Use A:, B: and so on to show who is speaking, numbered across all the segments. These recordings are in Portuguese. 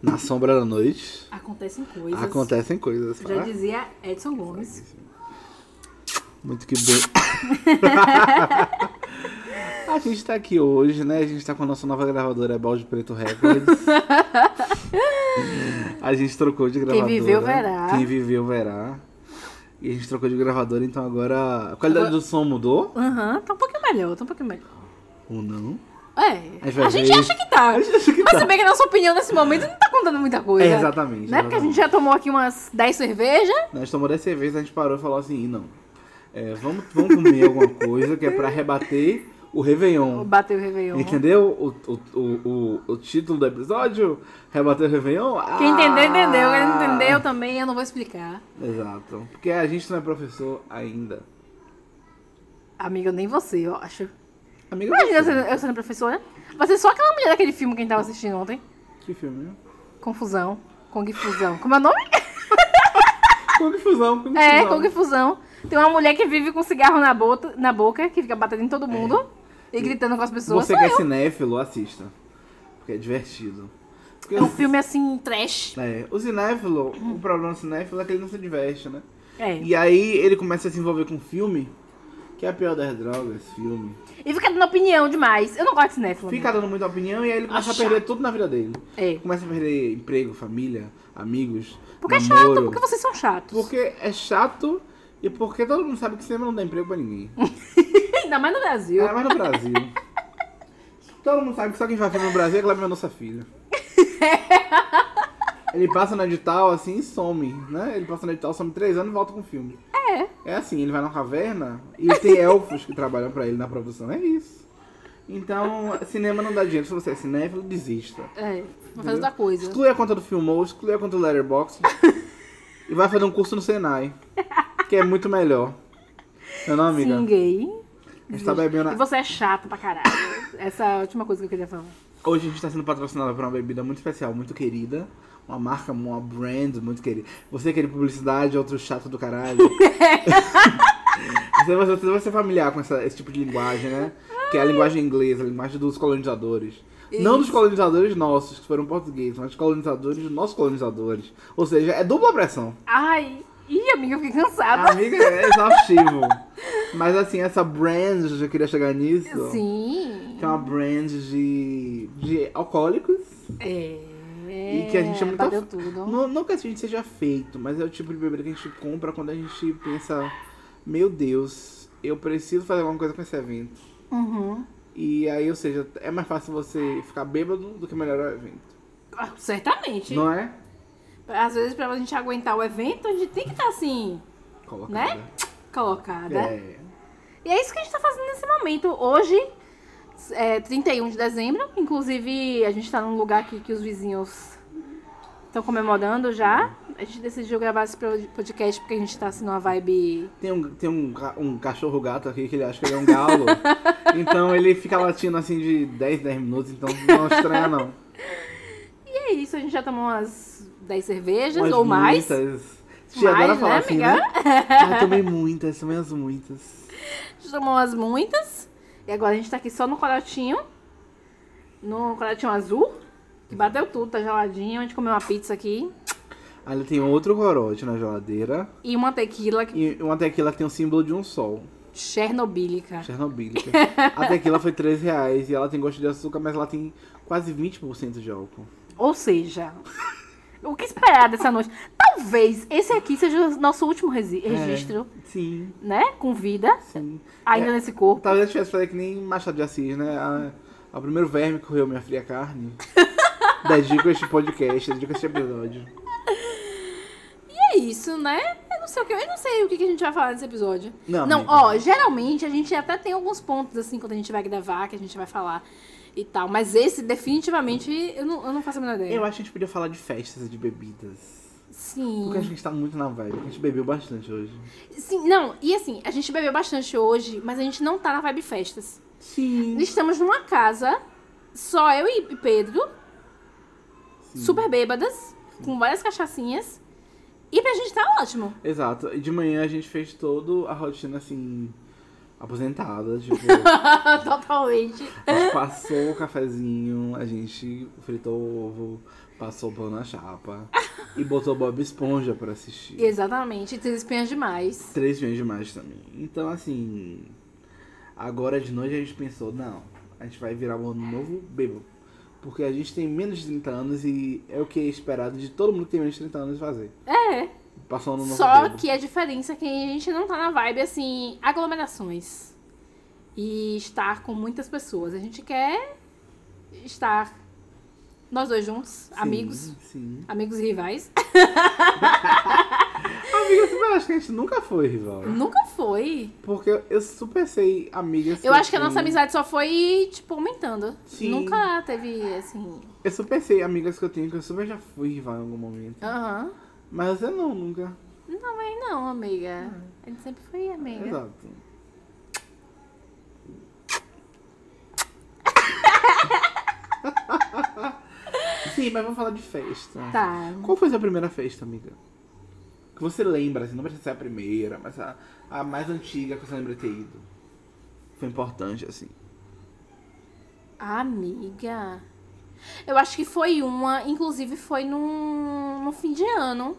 A: Na sombra da noite
B: Acontecem coisas.
A: acontecem coisas. né?
B: Já
A: fala.
B: dizia Edson Gomes.
A: Muito que bem. a gente tá aqui hoje, né? A gente tá com a nossa nova gravadora Balde Preto Records. a gente trocou de gravadora.
B: viveu, verá.
A: Quem viveu verá. E a gente trocou de gravadora, então agora a qualidade do som mudou
B: Aham, tá um pouquinho melhor, tá um pouquinho melhor.
A: ou não?
B: É,
A: Aí vai
B: a gente
A: ver.
B: acha que tá.
A: A gente acha que
B: mas
A: tá.
B: se bem que a nossa opinião nesse momento não tá contando muita coisa.
A: É, exatamente.
B: Né? Porque a gente já tomou aqui umas 10 cervejas.
A: Nós tomamos dessa vez, a gente parou e falou assim, "Ih, não. É, vamos, vamos comer alguma coisa que é pra rebater o Réveillon.
B: Bateu o Réveillon.
A: Hum. Entendeu o, o, o, o, o título do episódio? Rebater o Réveillon? Ah!
B: Quem entendeu, entendeu. Quem não entendeu também, eu não vou explicar.
A: Exato. Porque a gente não é professor ainda.
B: Amiga, nem você, eu acho.
A: Amiga,
B: Imagina eu
A: você-
B: sendo, eu sendo professora. Você só aquela mulher daquele filme que a gente tava assistindo ontem.
A: Que filme? né?
B: Confusão. Kung Fusão. Como é o nome?
A: Kung Fusão, Kung
B: É,
A: Fusão.
B: Kung Fusão. Tem uma mulher que vive com cigarro na, bota, na boca, que fica batendo em todo mundo e gritando com as pessoas.
A: É. Você
B: Sou
A: que é
B: eu.
A: cinéfilo, assista. Porque é divertido. Porque
B: É um
A: os-
B: filme assim, trash.
A: é, o cinéfilo, o problema do cinéfilo é que ele não se diverte, né?
B: É.
A: E aí ele começa a se envolver com um filme, que é a pior das drogas, filme.
B: E fica dando opinião demais. Eu não gosto de cinéfilo.
A: Fica dando muita opinião e aí ele começa
B: Achar.
A: a perder tudo na vida dele.
B: É.
A: Começa a perder emprego, família, amigos,
B: Porque é
A: namoro.
B: chato, porque vocês são chatos.
A: Porque é chato e porque todo mundo sabe que cinema não dá emprego pra ninguém.
B: Ainda mais no Brasil.
A: Ainda mais no Brasil. todo mundo sabe que só quem vai filme no Brasil é Cláudio Mendonça Filho. Ele passa no edital assim e some, né? Ele passa no edital, some três anos e volta com o filme. É. É assim, ele vai na caverna e tem elfos que trabalham pra ele na produção. É isso. Então, cinema não dá dinheiro. Se você é cinéfilo, desista.
B: É, vou fazer outra coisa.
A: Exclui a conta do Filmou, exclui a conta do Letterboxd e vai fazer um curso no Senai. Que é muito melhor. Não é não, amiga?
B: Sim, gay.
A: a gente tá bebendo.
B: E você é chato pra caralho. Essa é a última coisa que eu queria falar.
A: Hoje a gente tá sendo patrocinado por uma bebida muito especial, muito querida. Uma marca, uma brand muito querida. Você querer publicidade, outro chato do caralho. você, vai, você vai ser familiar com essa- esse tipo de linguagem, né? Que é a linguagem inglesa, a linguagem dos colonizadores. Não dos colonizadores nossos, que foram portugueses, mas dos colonizadores dos nossos colonizadores. Ou seja, é dupla pressão.
B: Ai, ih, amiga, eu fiquei cansada.
A: Amiga, é exaustivo. Mas assim, essa brand, eu já queria chegar nisso.
B: Sim.
A: Que é uma brand de, de alcoólicos.
B: É.
A: e que a gente é muito.
B: Bateu tudo.
A: Não, não que a gente seja feito, mas é o tipo de bebida que a gente compra quando a gente pensa: Meu Deus, eu preciso fazer alguma coisa com esse evento.
B: Uhum.
A: E aí, ou seja, é mais fácil você ficar bêbado do que melhorar o evento.
B: Ah, certamente.
A: Não é?
B: Às vezes, pra gente aguentar o evento, a gente tem que estar assim,
A: Coloca.
B: né? Colocada.
A: É.
B: E é isso que a gente tá fazendo nesse momento. Hoje, é 31 de dezembro. Inclusive, a gente tá num lugar aqui que os vizinhos estão comemorando já. A gente decidiu gravar esse pro- podcast porque a gente tá assim numa vibe.
A: Tem um, tem um, ca- um cachorro gato aqui que ele acha que ele é um galo. então ele fica latindo assim de 10, 10 minutos, então não estranha não.
B: E é isso, a gente já tomou umas 10 cervejas
A: Umas
B: ou mais.
A: Muitas. Tia
B: Mais,
A: adora falar
B: né,
A: assim,
B: amiga?
A: né? Ah, tomei muitas, tomei as muitas.
B: A gente tomou umas muitas. E agora a gente tá aqui só no corotinho. No corotinho azul. Que bateu tudo, tá geladinho. A gente comeu uma pizza aqui.
A: Ali tem outro corote na geladeira
B: E uma tequila que-
A: e uma tequila que tem o símbolo de um sol,
B: chernobílica.
A: Chernobílica. A tequila foi 3 reais e ela tem gosto de açúcar, mas ela tem quase 20% de álcool.
B: Ou seja, o que esperar dessa noite? Talvez esse aqui seja o nosso último resi-
A: É.
B: registro,
A: Sim,
B: né? Com vida,
A: sim.
B: ainda nesse corpo.
A: Talvez eu tivesse falado que nem Machado de Assis, né? A, a primeiro verme que correu minha fria carne. Dedico este podcast, dedico este episódio.
B: E é isso, né? Eu não sei o que, eu não sei o que que a gente vai falar nesse episódio.
A: Não,
B: Não,
A: amiga.
B: ó, geralmente a gente até tem alguns pontos, assim, quando a gente vai gravar, que a gente vai falar e tal. Mas esse, definitivamente, eu não, eu não faço a menor ideia.
A: Eu acho que a gente podia falar de festas e de bebidas.
B: Sim.
A: Porque acho que a gente tá muito na vibe, porque a gente bebeu bastante hoje.
B: Sim, não, e assim, a gente bebeu bastante hoje, mas a gente não tá na vibe festas.
A: Sim.
B: Estamos numa casa, só eu e Pedro, super bêbadas, com várias cachaçinhas. E pra gente tá ótimo.
A: Exato. E de manhã a gente fez toda a rotina assim. aposentada, tipo,
B: Totalmente.
A: a gente passou o cafezinho, a gente fritou o ovo, passou o pão na chapa e botou Bob Esponja pra assistir.
B: Exatamente. Três espinhas demais.
A: Três filmes demais também. Então, assim. Agora de noite a gente pensou, não, a gente vai virar um ano novo bêbado. Porque a gente tem menos de 30 anos e é o que é esperado de todo mundo que tem menos de 30 anos fazer.
B: É.
A: Passar o ano novo
B: Só
A: um bêbado.
B: que a diferença é que a gente não tá na vibe assim, aglomerações. E estar com muitas pessoas. A gente quer estar nós dois juntos,
A: Sim,
B: amigos,
A: Sim.
B: amigos e rivais.
A: Amigas, eu acho que a gente nunca foi rival.
B: Nunca foi.
A: Porque eu super sei amigas.
B: Eu acho que a
A: tenho-
B: nossa amizade só foi, tipo, aumentando.
A: Sim.
B: Nunca teve, assim.
A: Eu super sei amigas que eu tenho que eu super já fui rival em algum momento.
B: Aham.
A: Mas eu não, nunca.
B: Não, mas não, amiga. A gente sempre foi amiga.
A: Exato. Sim, mas vamos falar de festa.
B: Tá.
A: Qual foi a sua primeira festa, amiga? Que você lembra, assim, não precisa ser a primeira, mas a, a mais antiga que você lembra de ter ido. Foi importante, assim.
B: Amiga. Eu acho que foi uma, inclusive foi num, no fim de ano.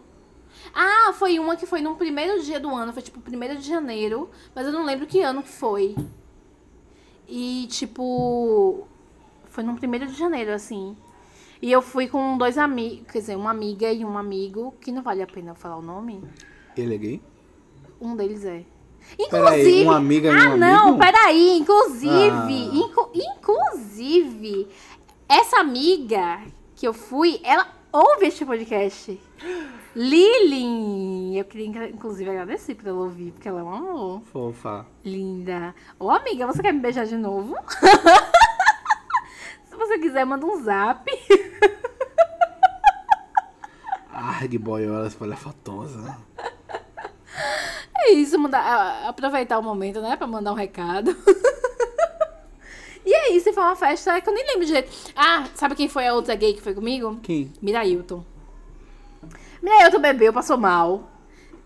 B: Ah, foi uma que foi no primeiro dia do ano, foi tipo primeiro de janeiro, mas eu não lembro que ano que foi. E tipo, foi no primeiro de janeiro, assim. E eu fui com dois amigos, quer dizer, uma amiga e um amigo, que não vale a pena eu falar o nome.
A: Ele é gay?
B: Um deles é.
A: Peraí,
B: Inclusive,
A: uma amiga e um
B: ah, não,
A: amigo?
B: peraí. Inclusive,
A: Ah.
B: inclu- inclusive, essa amiga que eu fui, ela ouve este podcast. Lilin! Eu queria, inca- inclusive, agradecer por ela ouvir, porque ela é um amor.
A: Fofa.
B: Linda. Ô, amiga, você quer me beijar de novo? Se você quiser, manda um zap.
A: Arg boiola espalhafatosa.
B: É isso, mandar- a- aproveitar o momento, né? Pra mandar um recado. e é isso, e foi uma festa que eu nem lembro direito. Ah, sabe quem foi a outra gay que foi comigo?
A: Quem?
B: Mirailton. Mirailton bebeu, passou mal.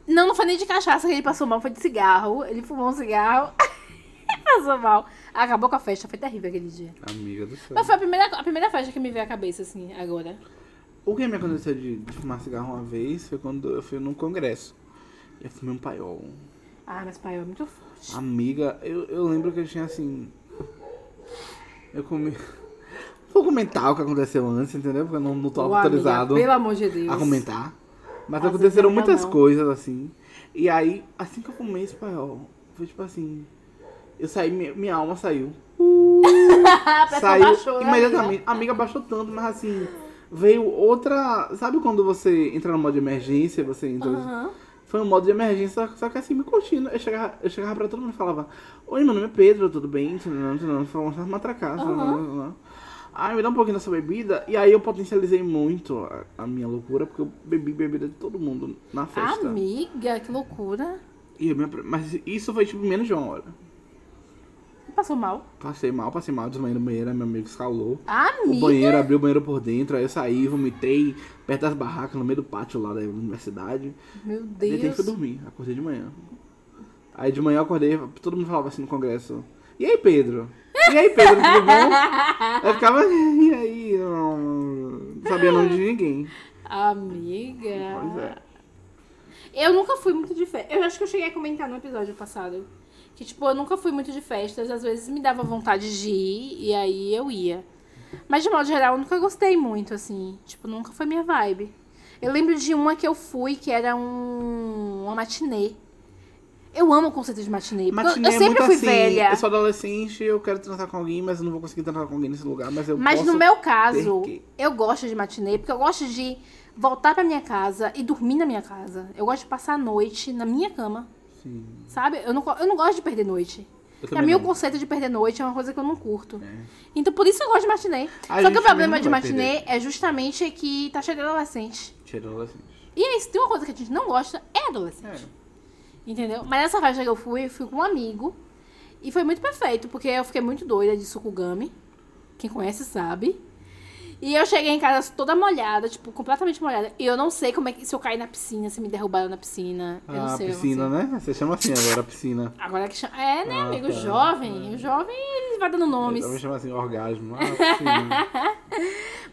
B: Não, não foi nem de cachaça que ele passou mal, foi de cigarro. Ele fumou um cigarro passou mal. Acabou com a festa, foi terrível aquele dia.
A: Amiga do céu.
B: Mas foi a primeira, a primeira festa que me veio à cabeça, assim, agora.
A: O que me aconteceu de, de fumar cigarro uma vez foi quando eu fui num congresso. Eu fumei um paiol.
B: Ah, mas pai, é muito forte.
A: Amiga, eu, eu lembro que eu tinha assim. Eu comi. Vou comentar o que aconteceu antes, entendeu? Porque eu não, não tô
B: Ô, amiga,
A: autorizado
B: pelo amor de Deus.
A: a comentar. Mas
B: Às
A: aconteceram
B: vezes é melhor
A: muitas
B: não.
A: coisas assim. E aí, assim que eu fumei esse paiol, foi tipo assim. Eu saí, minha, minha alma saiu.
B: Ah, a pressão
A: saiu
B: baixou, né, amiga?
A: imediatamente. A amiga baixou tanto, mas assim, veio outra. Sabe quando você entra no modo de emergência, você entra.
B: Aham.
A: Foi um modo de emergência, só, só que assim, me curtindo. Eu chegava, eu chegava pra todo mundo e falava, oi, meu nome é Pedro, tudo bem? Não, não, não, falando umas matracas.
B: Aham.
A: Uhum. Ai, me dá um pouquinho dessa bebida. E aí eu potencializei muito a, a minha loucura, porque eu bebi bebida de todo mundo na festa.
B: Amiga, que loucura.
A: E eu me apre- mas isso foi tipo menos de uma hora.
B: Passou mal.
A: Passei mal, passei mal, desmaiei no banheiro, aí meu amigo escalou. O
B: Amiga.
A: banheiro, abriu o banheiro por dentro, aí eu saí, vomitei perto das barracas, no meio do pátio lá da universidade.
B: Meu
A: Deitei e
B: Deus.
A: fui dormir, acordei de manhã. Aí de manhã eu acordei, todo mundo falava assim no congresso, e aí Pedro? E aí Pedro, tudo bom? Eu ficava, e aí? Eu não sabia o nome de ninguém.
B: Amiga.
A: Pois é.
B: Eu nunca fui muito de festa. Eu acho que eu cheguei a comentar no episódio passado. Que, tipo, eu nunca fui muito de festas. Às vezes me dava vontade de ir e aí eu ia. Mas, de modo geral, eu nunca gostei muito, assim. Tipo, nunca foi minha vibe. Eu lembro de uma que eu fui, que era um... uma matinê. Eu amo o conceito de matinê. porque eu-
A: Matinê é
B: eu sempre
A: muito
B: fui
A: assim,
B: velha.
A: eu sou adolescente, eu quero transar com alguém, mas eu não vou conseguir transar com alguém nesse lugar, mas eu
B: Mas
A: posso...
B: no meu caso,
A: ter que-
B: eu gosto de matinê, porque eu gosto de voltar pra minha casa e dormir na minha casa. Eu gosto de passar a noite na minha cama,
A: Sim,
B: sabe? Eu não, go- eu não gosto de perder noite.
A: eu
B: Pra
A: também
B: mim, o
A: não.
B: conceito de perder noite é uma coisa que eu não curto.
A: É.
B: Então, por isso que eu gosto de matinê.
A: A
B: Só
A: gente
B: que o problema
A: também não
B: de
A: vai
B: matinê é justamente que tá chegando adolescente.
A: Cheiro adolescente.
B: E é isso, tem uma coisa que a gente não gosta, é adolescente.
A: É.
B: Entendeu? Mas nessa festa que eu fui, eu fui com um amigo. E foi muito perfeito, porque eu fiquei muito doida de Sukugami. Quem conhece sabe. E eu cheguei em casa toda molhada, tipo, completamente molhada. E eu não sei como é que se eu caí na piscina, se me derrubaram na piscina. eu
A: Ah,
B: não sei. eu não
A: piscina,
B: sei.
A: né? Você chama assim agora, piscina.
B: Agora que chama. É, né,
A: Ah,
B: amigo?
A: tá.
B: Jovem. O jovem ele vai dando
A: Eu
B: nomes.
A: também chamo assim, orgasmo. Ah, piscina.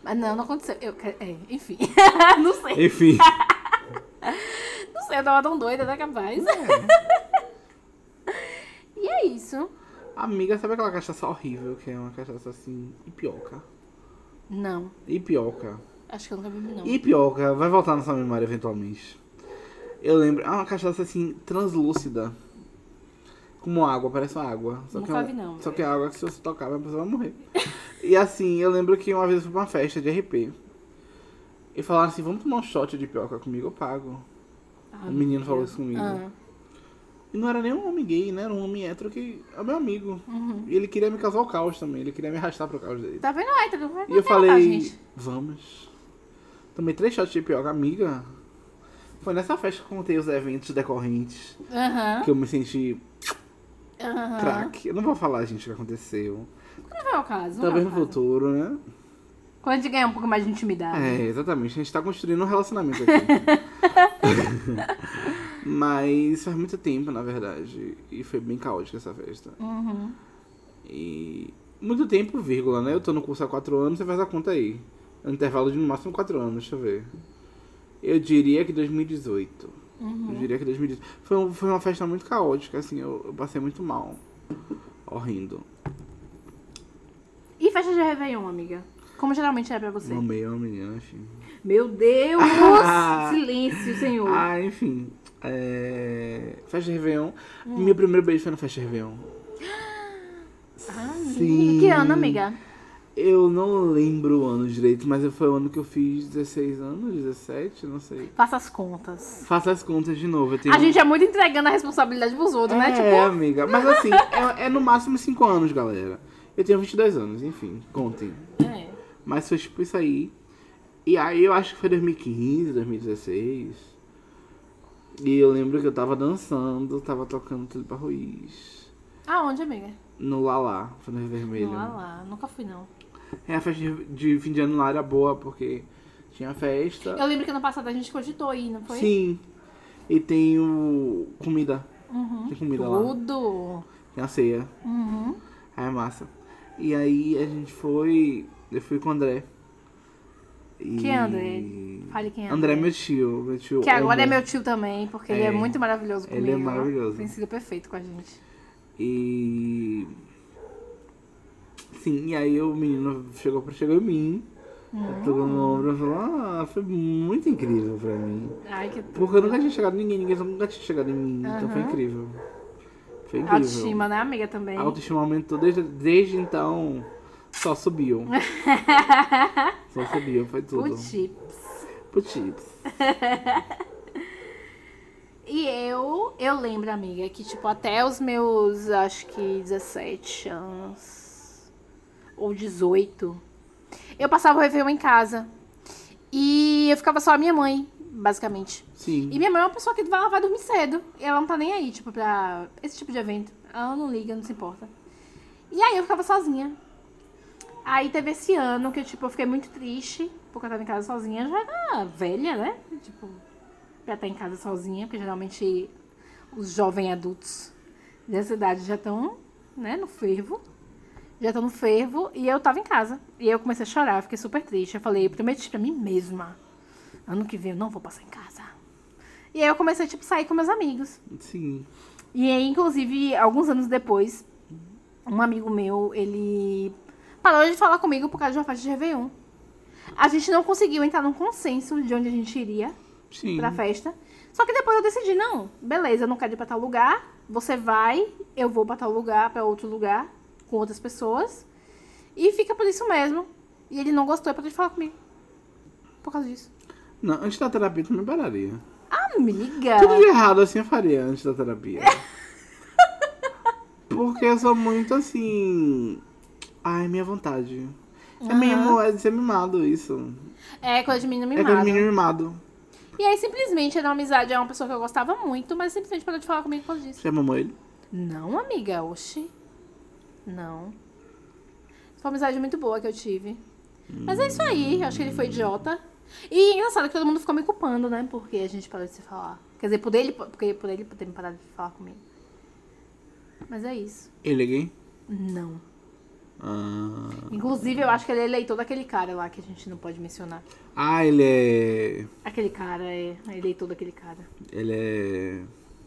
B: Mas não, não aconteceu. Eu, é, enfim. não sei.
A: Enfim.
B: Não sei, eu tava tão doida, né? Capaz.
A: É.
B: E é isso.
A: Amiga, sabe aquela cachaça horrível que é uma cachaça assim, ipioca?
B: Não.
A: Ipioca.
B: Acho que eu nunca bebi, não.
A: Ipioca, vai voltar na sua memória eventualmente. Eu lembro, é uma cachaça assim, translúcida. Como água, parece uma água. Só que é
B: Nunca
A: um-
B: vi, não.
A: Só que é água que se você tocar, a pessoa vai morrer. e assim, eu lembro que uma vez eu fui pra uma festa de RP. E falaram assim, vamos tomar um shot de pioca comigo, eu pago.
B: Ah,
A: O menino
B: meu
A: falou
B: Deus.
A: isso comigo.
B: Ah,
A: E não era nem um homem gay, né? Era um homem hétero que é meu amigo.
B: uhum.
A: E ele queria me causar o caos também, ele queria me arrastar pro caos dele.
B: Tá vendo? Ai, tá vendo? Vai
A: E eu
B: derrubar,
A: falei,
B: gente.
A: vamos. Tomei três shots de pioca, amiga. Foi nessa festa que eu contei os eventos decorrentes
B: Aham.
A: que eu me senti
B: Aham.
A: craque. Eu não vou falar, gente, o que aconteceu.
B: Não vai ao caso. não
A: Talvez
B: vai
A: no
B: ao caso.
A: futuro, né?
B: Quando a gente ganhar um pouco mais de intimidade.
A: É, exatamente. A gente tá construindo um relacionamento aqui. Mas faz muito tempo, na verdade. E foi bem caótica essa festa.
B: Uhum.
A: E. Muito tempo, vírgula, né? Eu tô no curso há quatro anos, você faz a conta aí. É um intervalo de no máximo quatro anos, deixa eu ver. Eu diria que 2018.
B: Uhum.
A: Eu diria que 2018. Foi, um- foi uma festa muito caótica, assim, eu, eu passei muito mal. Horrendo.
B: E festa de Réveillon, amiga? Como geralmente é pra você?
A: Mamei uma menina, enfim.
B: Meu Deus!
A: Ah.
B: Silêncio, senhor.
A: Ah, enfim. É... Festa de Réveillon.
B: Uhum.
A: Meu primeiro beijo foi na festa de Réveillon.
B: Ah,
A: Sim.
B: Que ano, amiga?
A: Eu não lembro o ano direito, mas foi o ano que eu fiz 16 anos, 17, não sei.
B: Faça as contas.
A: Faça as contas de novo. Eu tenho...
B: A gente é muito entregando a responsabilidade pros outros,
A: um é,
B: né? Tipo,
A: amiga. Mas assim, é, é no máximo 5 anos, galera. Eu tenho 22 anos, enfim, contem.
B: é.
A: Mas foi tipo isso aí. E aí eu acho que foi 2015, 2016. E eu lembro que eu tava dançando, tava tocando Tulipa Ruiz.
B: Aonde, amiga?
A: No Lalá, foi no Rio Vermelho.
B: Lá, lá. Nunca fui, não.
A: É, a festa de- de fim de ano lá era boa, porque tinha festa.
B: Eu lembro que ano passado a gente cogitou ir, não foi?
A: Tá. Sim. E tem o... comida.
B: Uhum.
A: Tem comida lá.
B: Tudo.
A: Tem a ceia.
B: Uhum.
A: Aí é massa. E aí a gente foi. Eu fui com o André. E...
B: Quem é André? Fale quem é.
A: André é meu tio. Meu tio
B: Que agora é
A: André.
B: meu tio também, porque ele é
A: É.
B: muito maravilhoso comigo.
A: Ele é maravilhoso.
B: Tem sido perfeito com a gente.
A: E. Sim, e aí o menino chegou, chegou em mim, tocou no ombro e falou: Ah, foi muito incrível pra mim.
B: Ai, que
A: Porque eu nunca tinha chegado em ninguém, ninguém nunca tinha chegado em mim, então foi
B: Aham.
A: incrível. Foi incrível.
B: autoestima, né, amiga, também.
A: A autoestima aumentou desde, desde então, só subiu. só subiu, foi tudo.
B: Puti.
A: Putips.
B: E eu, eu lembro, amiga, que, tipo, até os meus, acho que 17 anos, ou 18, eu passava o Réveillon em casa. E eu ficava só a minha mãe, basicamente.
A: Sim.
B: E minha mãe é uma pessoa que vai, vai dormir cedo. E ela não tá nem aí, tipo, pra esse tipo de evento. Ela não liga, não se importa. E aí eu ficava sozinha. Aí teve esse ano que, tipo, eu fiquei muito triste, porque eu tava em casa sozinha, já era velha, né? Tipo, pra estar em casa sozinha, porque geralmente os jovens adultos dessa idade já estão, né, no fervo. Já estão no fervo. E eu tava em casa. E eu comecei a chorar, eu fiquei super triste. Eu falei, eu prometi pra mim mesma. Ano que vem eu não vou passar em casa. E aí eu comecei, tipo, a sair com meus amigos.
A: Sim.
B: E aí, inclusive, alguns anos depois, um amigo meu, ele parou de falar comigo por causa de uma festa de Réveillon. A gente não conseguiu entrar num consenso de onde a gente iria
A: Sim.
B: pra festa. Só que depois eu decidi, não, beleza, eu não quero ir pra tal lugar, você vai, eu vou pra tal lugar, pra outro lugar, com outras pessoas. E fica por isso mesmo. E ele não gostou e parou de falar comigo. Por causa disso.
A: Não, antes da terapia eu também pararia.
B: Amiga!
A: Tudo de errado assim eu faria antes da terapia. Porque eu sou muito assim. Ai, minha vontade. É mesmo, é de ser mimado isso.
B: É coisa de menino
A: É coisa de
B: mimado.
A: menino mimado.
B: E aí, simplesmente, era uma amizade, é uma pessoa que eu gostava muito, mas simplesmente parou de falar comigo por causa disso.
A: Você mamou ele?
B: Não, amiga, oxi. Não. Foi uma amizade muito boa que eu tive. Mas é isso aí, eu acho que ele foi idiota. E é engraçado que todo mundo ficou me culpando, né? Porque a gente parou de se falar. Quer dizer, por ele, porque por ele ter me parado de falar comigo. Mas é isso.
A: Ele é gay?
B: Não.
A: Ah,
B: Inclusive, eu acho que ele é eleitor daquele cara lá que a gente não pode mencionar.
A: ah ele é.
B: Aquele cara é é eleitor daquele cara.
A: Ele é.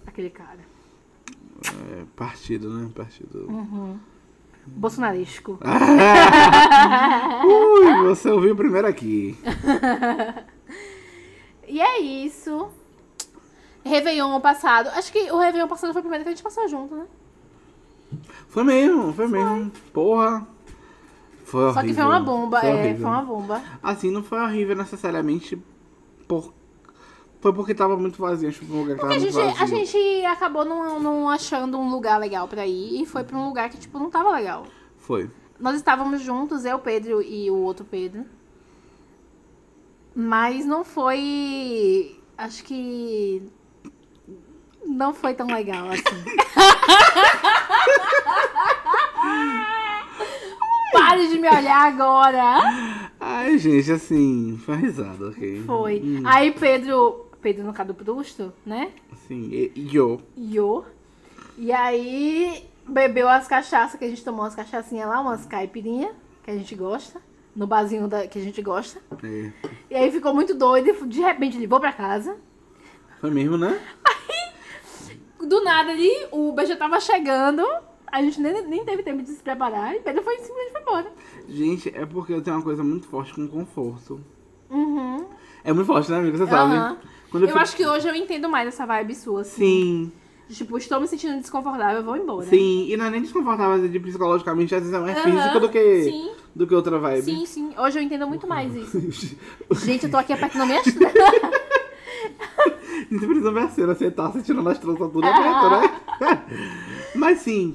B: Aquele cara.
A: é, partido, né? Partido.
B: Bolsonarístico.
A: Ui, você ouviu primeiro aqui.
B: E é isso. Réveillon passado. Acho que o Réveillon passado foi o primeiro que a gente passou junto, né?
A: Foi mesmo, foi mesmo. Porra. Foi horrível.
B: Só que foi uma bomba.
A: Foi
B: é,
A: horrível.
B: foi uma bomba.
A: Assim, não foi horrível necessariamente por... Foi porque tava muito vazio, acho que foi um lugar que
B: Porque
A: tava
B: a gente,
A: muito
B: a
A: vazio.
B: gente acabou não, não achando um lugar legal pra ir e foi pra um lugar que, tipo, não tava legal.
A: Foi.
B: Nós estávamos juntos, eu, Pedro e o outro Pedro. Mas não foi. Acho que. Não foi tão legal assim. Pare de me olhar agora!
A: Ai, gente, assim, foi uma risada, ok?
B: Foi.
A: Hum,
B: Aí Pedro. Pedro no caso do Prusto, né?
A: Assim, e, e eu.
B: Yo. E aí bebeu as cachaças, que a gente tomou umas cachaçinhas lá, umas caipirinha, que a gente gosta. No barzinho da, que a gente gosta.
A: É,
B: E aí ficou muito doido, e de repente ele vou pra casa.
A: Foi mesmo, né?
B: Do nada ali, o Uber já tava chegando. A gente nem, nem teve tempo de se preparar. E Pedro foi simplesmente foi embora.
A: Gente, é porque eu tenho uma coisa muito forte com conforto.
B: Uhum.
A: É muito forte, né, amigo? Você
B: Aham.
A: sabe. Quando
B: Eu
A: fico-
B: acho que hoje eu entendo mais essa vibe sua, assim.
A: Sim,
B: Tipo, estou me sentindo desconfortável, eu vou embora.
A: sim. E não é nem desconfortável de psicologicamente, às vezes é mais
B: né? Aham.
A: físico do que, é
B: Sim,
A: do que outra vibe.
B: sim, sim. Hoje eu entendo muito mais isso. Gente, eu tô aqui apertando minhas.
A: Você precisa ver a cena, você tá sentindo nas tranças tudo aberto, né? Mas sim,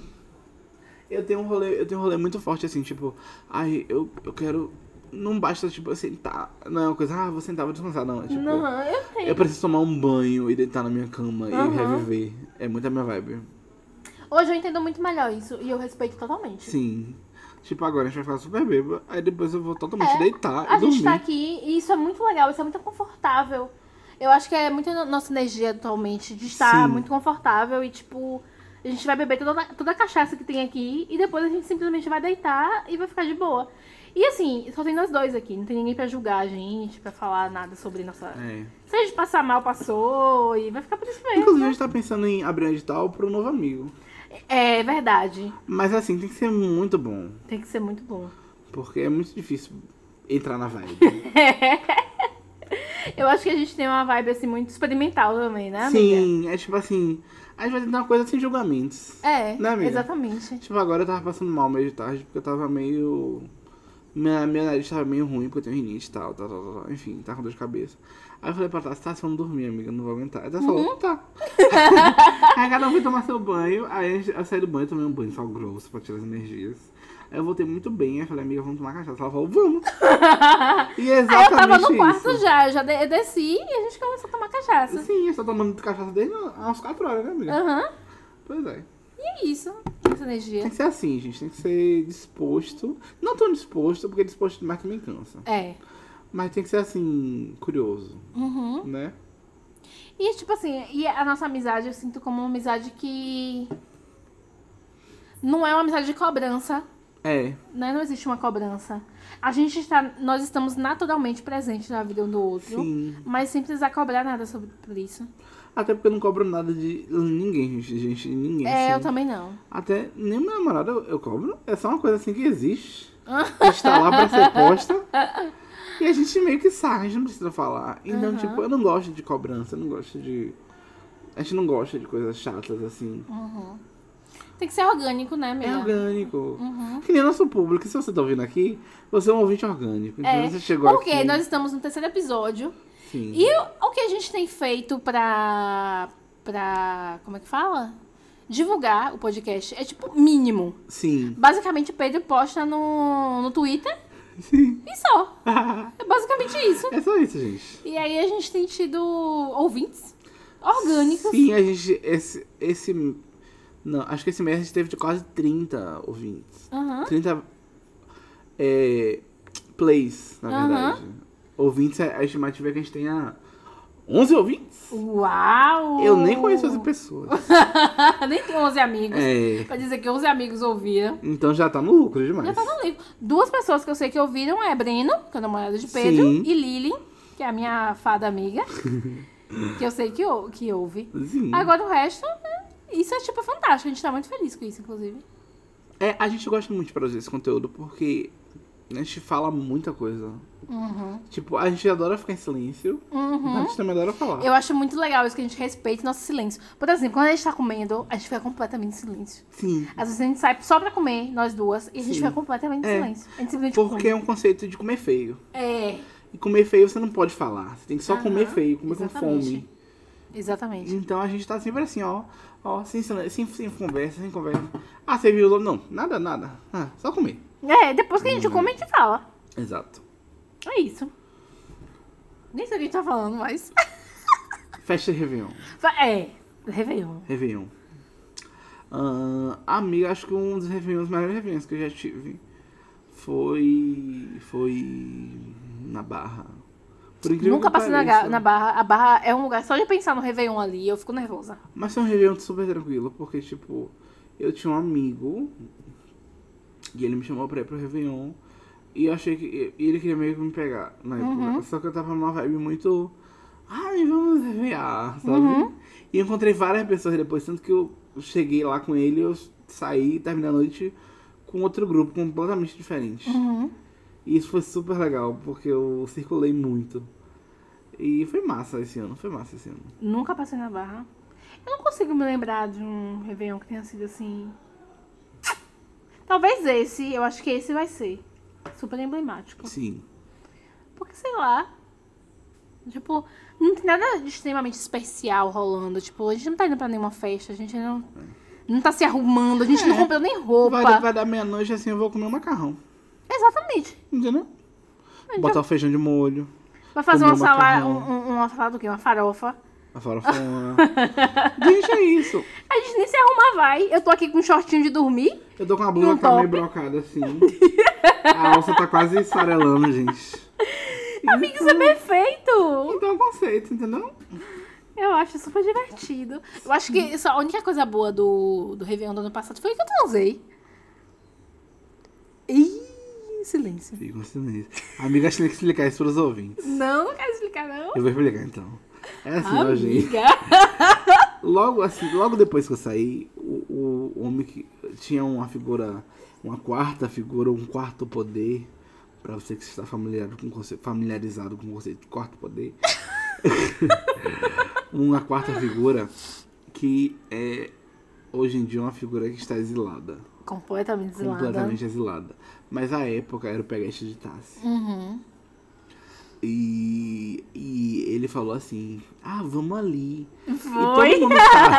A: eu tenho um rolê, eu tenho um rolê muito forte assim, tipo, ai, eu, eu quero. Não basta, tipo, eu sentar. Não é uma coisa, ah, vou sentar, vou descansar, não. É tipo,
B: Não, eu
A: eu
B: tenho.
A: preciso tomar um banho e deitar na minha cama e
B: Aham.
A: reviver. É muito a minha vibe.
B: Hoje eu entendo muito melhor isso e eu respeito totalmente.
A: Sim. Tipo, agora a gente vai ficar super bêbado, aí depois eu vou totalmente
B: É,
A: deitar
B: A
A: e dormir.
B: gente tá aqui e isso é muito legal, isso é muito confortável. Eu acho que é muito no- nossa energia atualmente de estar
A: Sim.
B: muito confortável e, tipo, a gente vai beber toda, toda a cachaça que tem aqui e depois a gente simplesmente vai deitar e vai ficar de boa. E assim, só tem nós dois aqui, não tem ninguém pra julgar a gente, pra falar nada sobre nossa.
A: É.
B: Se a gente passar mal, passou e vai ficar por isso mesmo.
A: Inclusive, a gente tá pensando em abrir um edital pro novo amigo.
B: É verdade,
A: Mas assim, tem que ser muito bom.
B: tem que ser muito bom.
A: Porque é muito difícil entrar na vibe.
B: Eu acho que a gente tem uma vibe assim muito experimental também, né, amiga?
A: Sim, é tipo assim, a gente vai tentar uma coisa sem julgamentos.
B: É,
A: Né, amiga?
B: exatamente.
A: Tipo, agora eu tava passando mal meio de tarde, porque eu tava meio. Minha, minha nariz tava meio ruim, porque eu tenho rinite e tal, tal, tal, tal. Enfim, tava com dor de cabeça. Aí eu falei pra Tassi, Tassi, vamos dormir, amiga, não vou aguentar. Ela
B: Uhum.
A: falou, tá. aí cada um foi tomar seu banho, aí a gente- eu saí do banho, tomei um banho só grosso pra tirar as energias. Aí eu voltei muito bem, aí eu falei, amiga, vamos tomar cachaça. Ela falou, vamos. E é
B: Aí eu
A: exatamente
B: tava no quarto
A: isso.
B: já, eu já de- eu desci e a gente começou a tomar cachaça.
A: Sim, eu tô tomando cachaça desde há uns 4 horas, né, amiga?
B: Aham,
A: Pois é.
B: e é isso. Essa energia.
A: Tem que ser assim, gente. Tem que ser disposto. Não tão disposto, porque disposto demais também cansa.
B: É.
A: Mas tem que ser assim, curioso,
B: Uhum.
A: né?
B: E tipo assim, e a nossa amizade eu sinto como uma amizade que. Não é uma amizade de cobrança,
A: É,
B: né? Não existe uma cobrança. A gente está. Nós estamos naturalmente presentes na vida um do outro.
A: sim.
B: Mas sem precisar cobrar nada sobre por isso.
A: Até porque eu não cobro nada de ninguém, gente. gente de ninguém.
B: É, eu
A: assim.
B: também não.
A: Até nem meu namorado eu, eu cobro. É só uma coisa assim que existe. está lá pra ser posta. E a gente meio que sabe, a gente não precisa falar. Então,
B: Aham.
A: tipo, eu não gosto de cobrança, eu não gosto de. A gente não gosta de coisas chatas assim.
B: Uhum. Tem que ser orgânico, né,
A: É
B: amiga?
A: orgânico.
B: Uhum.
A: Que nem nosso público, se você tá ouvindo aqui, você é um ouvinte orgânico. Então
B: É,
A: você chegou
B: Porque
A: aqui.
B: nós estamos no terceiro episódio.
A: Sim.
B: E o, o que a gente tem feito pra. pra. como é que fala? Divulgar o podcast é tipo mínimo.
A: Sim.
B: Basicamente, Pedro posta no, no Twitter
A: Sim.
B: e só. É basicamente isso.
A: é só isso, gente.
B: E aí a gente tem tido ouvintes orgânicos.
A: Sim, a gente. Esse. esse não, acho que esse mês a gente teve de quase 30 ouvintes.
B: Aham.
A: 30 é, plays, na
B: Aham.
A: verdade. Ouvintes, a estimativa é que a gente tenha 11 ouvintes.
B: Uau!
A: Eu nem conheço 11 pessoas.
B: Nem tenho 11 amigos.
A: É,
B: Pra dizer que 11 amigos ouviram.
A: então já tá no lucro demais.
B: Já tá no livro. Duas pessoas que eu sei que ouviram é Breno, que é o namorado de Pedro,
A: Sim.
B: e Lili, que é a minha fada amiga. que eu sei que, ou- que ouve.
A: Sim.
B: Agora o resto, né, isso é tipo fantástico. A gente tá muito feliz com isso, inclusive.
A: É, a gente gosta muito de produzir esse conteúdo porque a gente fala muita coisa.
B: Uhum.
A: Tipo, a gente adora ficar em silêncio, mas a
B: Uhum.
A: gente também adora falar.
B: Eu acho muito legal isso que a gente respeita o nosso silêncio. Por exemplo, quando a gente tá comendo, a gente fica completamente em silêncio.
A: Sim.
B: Às vezes a gente sai só pra comer, nós duas, e a gente
A: Sim.
B: fica completamente em
A: É.
B: silêncio. A gente simplesmente
A: Porque
B: come.
A: é um conceito de comer feio.
B: É,
A: E comer feio você não pode falar. Você tem que só
B: Aham,
A: comer feio, comer com
B: exatamente.
A: fome.
B: exatamente.
A: Então a gente tá sempre assim, ó. Ó, sem, silêncio, sem, sem conversa, sem conversa. Ah, você viu o lobo? Não, nada, nada. Ah, só comer.
B: É, depois que a gente
A: Uhum.
B: come, a gente fala.
A: Exato.
B: É isso. Nem sei o que a gente tá falando, mas.
A: Festa de Réveillon.
B: É, Réveillon.
A: Réveillon. Ah, amiga, acho que um dos Réveillons, os maiores Réveillons que eu já tive foi. Foi. na Barra. Por incrível
B: Nunca
A: que né?
B: passei na,
A: pareça.
B: ga- na Barra. A Barra é um lugar, só de pensar no Réveillon ali, eu fico nervosa.
A: Mas foi um Réveillon super tranquilo, porque, tipo, eu tinha um amigo e ele me chamou pra ir pro Réveillon. E eu achei que. E ele queria meio que me pegar na época.
B: Uhum.
A: Só que eu tava numa vibe muito. Ai, vamos revear, sabe?
B: Uhum.
A: E encontrei várias pessoas depois, tanto que eu cheguei lá com ele, eu saí, terminei a noite com outro grupo completamente diferente.
B: Uhum.
A: E isso foi super legal, porque eu circulei muito. E foi massa esse ano, foi massa esse ano.
B: Nunca passei na Barra. Eu não consigo me lembrar de um Réveillon que tenha sido assim. Talvez esse, eu acho que esse vai ser. Super emblemático.
A: Sim.
B: Porque, sei lá. Tipo, não tem nada de extremamente especial rolando. Tipo, a gente não tá indo pra nenhuma festa, a gente não. Não tá se arrumando, a gente não comprou nem roupa.
A: Vai, vai dar meia-noite assim, eu vou comer um macarrão.
B: Exatamente.
A: Entendeu?
B: A gente
A: Botar o feijão de molho,
B: vai fazer
A: comer
B: uma
A: um
B: salada.
A: macarrão.
B: Um, um- uma salada do quê? Uma farofa.
A: a farofona. Gente, é isso.
B: A gente nem se arrumar vai. Eu tô aqui com um shortinho de dormir.
A: Eu tô com a blusa
B: Num
A: que tá meio
B: top.
A: brocada assim. A alça tá quase esfarelando, gente.
B: Amigo, isso é
A: Uhum.
B: perfeito!
A: Então é um conceito, entendeu?
B: Eu acho super divertido. Eu acho que só a única coisa boa do, do Réveillon do ano passado foi que eu transei. Ih, silêncio.
A: Fica um silêncio. Amiga, acho que tem que explicar isso pros ouvintes.
B: Não, não quero explicar, não.
A: Eu vou explicar então. É assim, ó, gente.
B: Amiga.
A: Logo assim, logo depois que eu saí, o, o homem que tinha uma figura, uma quarta figura, um quarto poder. Pra você que está familiar com o conce- familiarizado com o conceito de quarto poder. uma quarta figura que é hoje em dia uma figura que está exilada.
B: Completamente desilada.
A: Completamente exilada. Mas à época era o Pegeste de Tassi.
B: Uhum.
A: E, e ele falou assim: Ah, vamos ali. E
B: Foi.
A: todo mundo sabe.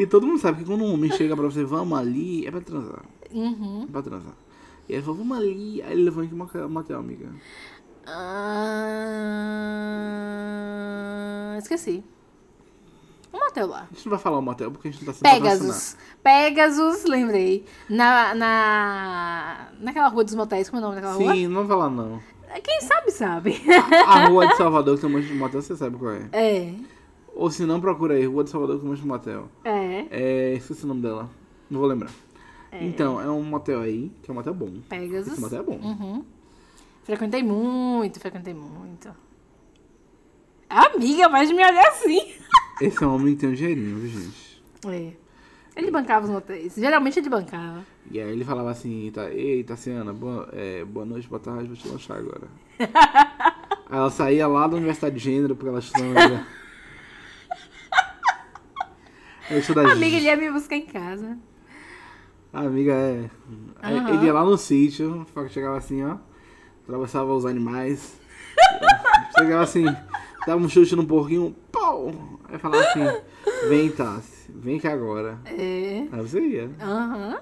A: e todo mundo sabe que quando um homem chega pra você, vamos ali, é pra transar.
B: Uhum.
A: É pra transar. E ele falou, vamos ali. Aí ele levou em uma motel, amiga.
B: Ah, esqueci. Um motel lá.
A: A gente não vai falar o motel porque a gente não tá sendo patrocinado.
B: Pegasus. Pegasus, lembrei. Na, na. Naquela rua dos motéis, como é o nome daquela rua?
A: Sim, não vai falar não.
B: Quem sabe, sabe.
A: A rua de Salvador que tem um monte de motel, você sabe qual é.
B: É.
A: Ou se não, procura aí, Rua de Salvador que tem um monte de motel.
B: É.
A: É. Esqueci o nome dela. Não vou lembrar. Então, é um motel aí, que é um motel bom. Esse
B: Pegasus.
A: motel é bom.
B: Uhum. Frequentei muito, frequentei muito. Amiga, mas me olha assim.
A: Esse homem tem um dinheirinho, viu, gente?
B: É. Ele bancava os motéis. Geralmente ele bancava.
A: E aí ele falava assim, tá, ei, Tassiana, boa, é, boa noite, boa tarde, vou te lanchar agora. aí ela saía lá da Universidade de Gênero, porque ela estudava... ainda- Ela estuda
B: Amiga, ele ia me buscar em casa.
A: A amiga é... Aí
B: Aham.
A: Ele ia lá no sítio, só que chegava assim, ó, atravessava os animais, chegava assim, dava um chute no porquinho, pau! Aí falava assim, vem, Tassi, vem que é agora.
B: É.
A: Aí você ia.
B: Aham.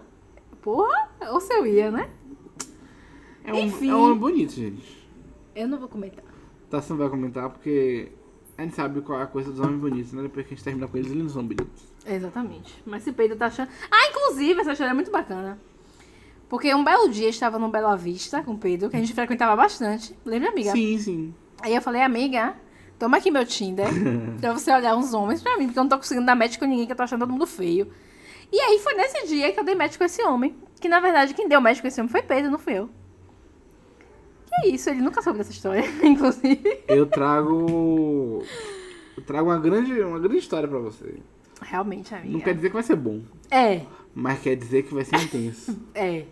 B: Porra, ou se eu ia, né?
A: É um,
B: Enfim.
A: é um homem bonito, gente.
B: Eu não vou comentar.
A: Tá, você não vai comentar porque a gente sabe qual é a coisa dos homens bonitos, né? Depois que a gente termina com eles, eles não são bonitos.
B: Exatamente. Mas se Pedro tá achando. Ah, inclusive, essa história é muito bacana. Porque um belo dia eu estava no Bela Vista com o Pedro, que a gente frequentava bastante. Lembra, amiga?
A: Sim, sim.
B: Aí eu falei, amiga, toma aqui meu Tinder pra você olhar uns homens pra mim, porque eu não tô conseguindo dar match com ninguém, que eu tô achando todo mundo feio. E aí foi nesse dia que eu dei match com esse homem. Que na verdade quem deu match com esse homem foi Pedro, não fui eu. Que isso, ele nunca soube dessa história, inclusive.
A: Eu trago. Eu trago uma grande, uma grande história pra você.
B: Realmente, amiga.
A: Não quer dizer que vai ser bom,
B: É,
A: mas quer dizer que vai ser intenso.
B: é.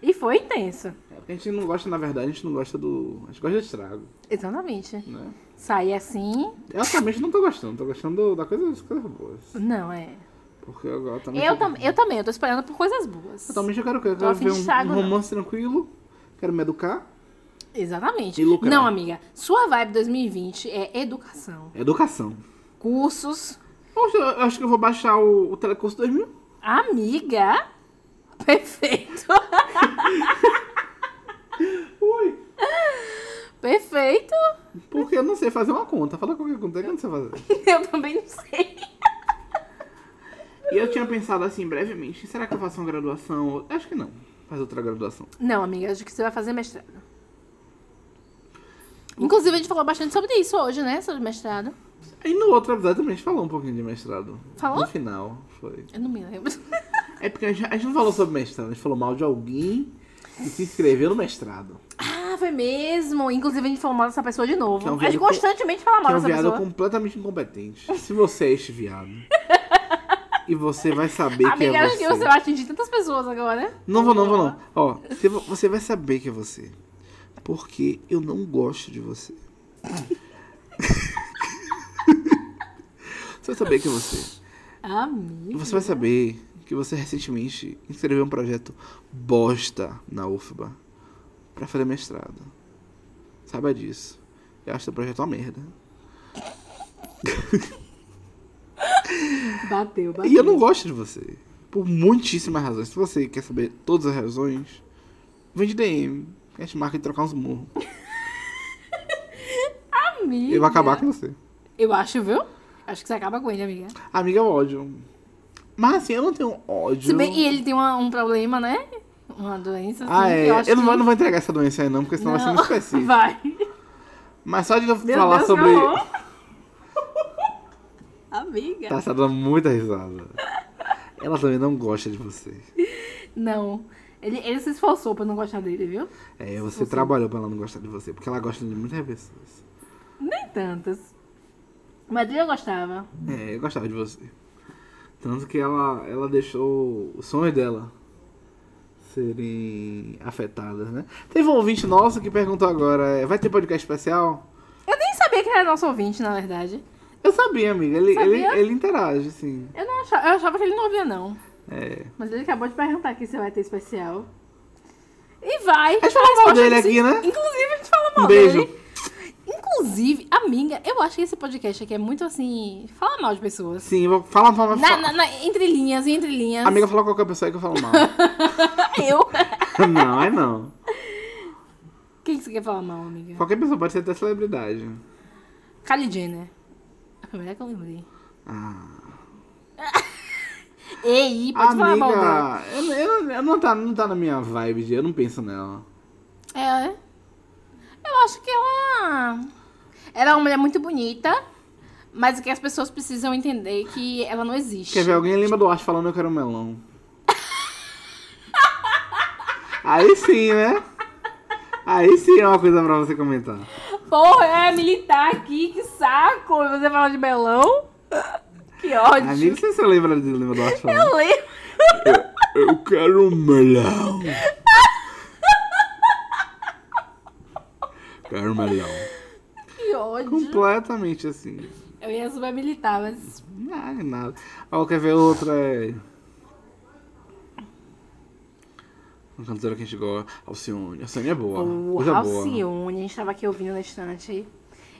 B: E foi intenso.
A: É porque a gente não gosta, na verdade, a gente não gosta do. A gente gosta de estrago,
B: Exatamente.
A: né?
B: Saí assim.
A: Eu atualmente não tô gostando, tô gostando da coisa, das coisas boas.
B: Não, é.
A: Porque eu atualmente.
B: Eu, tam eu também, eu tô esperando por coisas boas.
A: Atualmente eu quero, eu
B: Tô a
A: quero
B: fim
A: ver
B: de
A: um,
B: estrago,
A: um
B: não.
A: romance tranquilo, quero me educar.
B: Exatamente.
A: E lucrar.
B: Não, amiga. Sua vibe 2020 é educação,
A: Educação.
B: cursos.
A: Poxa, eu acho que eu vou baixar o, o Telecurso 2000.
B: Amiga! Perfeito!
A: Ui!
B: Perfeito!
A: Porque eu não sei fazer uma conta. Fala qualquer conta que eu não sei fazer.
B: Eu também não sei.
A: E eu tinha pensado assim, brevemente, será que eu faço uma graduação? Acho que não. Faz outra graduação.
B: Não, amiga, acho que você vai fazer mestrado. Inclusive, a gente falou bastante sobre isso hoje, né? Sobre mestrado.
A: Aí no outro episódio também a gente falou um pouquinho de mestrado.
B: Falou?
A: No final, foi.
B: Eu não me lembro.
A: É porque a gente, a gente não falou sobre mestrado, a gente falou mal de alguém que se inscreveu no mestrado.
B: Ah, foi mesmo. Inclusive, a gente falou mal dessa pessoa de novo.
A: Que é um
B: a gente
A: viado com-
B: constantemente fala
A: Que
B: mal
A: é um
B: dessa
A: viado
B: pessoa.
A: completamente incompetente. Se você é este viado. e você vai saber que
B: Amiga,
A: é
B: acho
A: você.
B: que você vai atingir tantas pessoas agora.
A: Não vou, não vou, não. Ó, você, vo- você vai saber que é você. Porque eu não gosto de você. você vai saber que é você. E
B: Amiga.
A: Você vai saber que você recentemente inscreveu um projeto bosta na UFBA pra fazer mestrado. Saiba disso. Eu acho seu projeto é uma merda.
B: Bateu, bateu.
A: E eu não gosto de você. Por muitíssimas razões. Se você quer saber todas as razões, vem de DM. que A gente marca de trocar uns murros.
B: Amiga.
A: Eu vou acabar com você.
B: Eu acho, viu? Acho que você acaba com ele, amiga.
A: Amiga, eu ódio. Mas assim, eu não tenho ódio.
B: Se bem, e ele tem uma- um problema, né? Uma doença, assim,
A: Ah, é.
B: que eu acho
A: Eu não, vou,
B: que...
A: não vou entregar essa doença aí, não, porque senão vai ser muito específico.
B: Vai.
A: Mas só de eu
B: Meu
A: falar
B: Deus, que
A: sobre.
B: horror. Amiga.
A: Tá tá dando muita risada. Ela também não gosta de você.
B: Não. Ele, ele se esforçou pra não gostar dele, viu?
A: É, você trabalhou pra ela não gostar de você, porque ela gosta de muitas pessoas.
B: Nem tantas. Mas dele eu gostava.
A: É, eu gostava de você. Tanto que ela, ela deixou os sonhos dela serem afetadas, né? Teve um ouvinte nosso que perguntou agora: é, vai ter podcast especial?
B: Eu nem sabia que ele era nosso ouvinte, na verdade.
A: Eu sabia, amiga. Ele, ele,
B: Sabia?
A: ele interage, assim.
B: Eu, não achava, eu achava que ele não ouvia, não.
A: É.
B: Mas ele acabou de perguntar aqui se vai ter especial. E vai. A
A: gente falou mal dele aqui, né?
B: Inclusive, a gente falou mal
A: Um beijo.
B: dele. Inclusive, amiga, eu acho que esse podcast aqui é muito assim. Fala mal de pessoas.
A: Sim, eu vou falar, falar,
B: Na,
A: falar.
B: na- na- entre linhas, entre linhas.
A: Amiga, fala qualquer pessoa aí que eu falo mal.
B: Eu.
A: não, aí não.
B: Quem que você quer falar mal, amiga?
A: Qualquer pessoa pode ser até celebridade.
B: Kylie Jenner. A primeira que eu lembrei.
A: Ah.
B: Ei, pode falar mal dela.
A: Amiga, eu, eu- eu não, tá, não tá na minha vibe, de, eu não penso nela.
B: É. Eu acho que ela. Ela é uma mulher muito bonita, mas que as pessoas precisam entender é que ela não existe.
A: Quer ver? Alguém lembra do Ash falando eu quero um melão? Aí sim, né? Aí sim é uma coisa pra você comentar.
B: Porra, é militar aqui, que saco! E Você fala de melão? Que ódio!
A: Amiga, não sei se você lembra de lembra do Ash falando.
B: Eu lembro.
A: Eu quero um melão. quero um melão.
B: Que ódio!
A: Completamente assim.
B: Eu ia super militar, mas.
A: Não, é nada. Ó, quer ver outra? É... Uma cantora que a gente gosta. Alcione. Alcione é boa.
B: O
A: coisa boa.
B: Alcione, a gente tava aqui ouvindo na estante.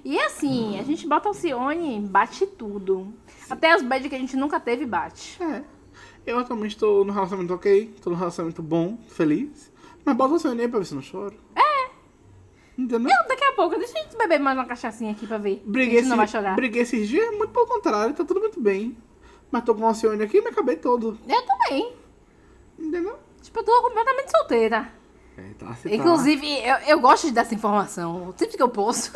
B: E assim, a gente bota Alcione, bate tudo. Até as bad que a gente nunca teve, bate.
A: É. Eu atualmente tô num relacionamento ok. Tô num relacionamento bom, feliz. Mas bota Alcione aí pra ver se eu não choro. É. Entendeu?
B: Não, daqui a pouco, deixa a gente beber mais uma cachaçinha aqui pra ver.
A: Briguei,
B: a gente não
A: esse-
B: vai chorar.
A: briguei esses dias, muito pelo contrário. Tá tudo muito bem. Mas tô com Alcione aqui e me acabei todo.
B: Eu também.
A: Entendeu?
B: Tipo, Tipo, eu tô completamente solteira.
A: É, tá, você tá-
B: Inclusive, eu, eu gosto de dar essa informação. Sempre que eu posso.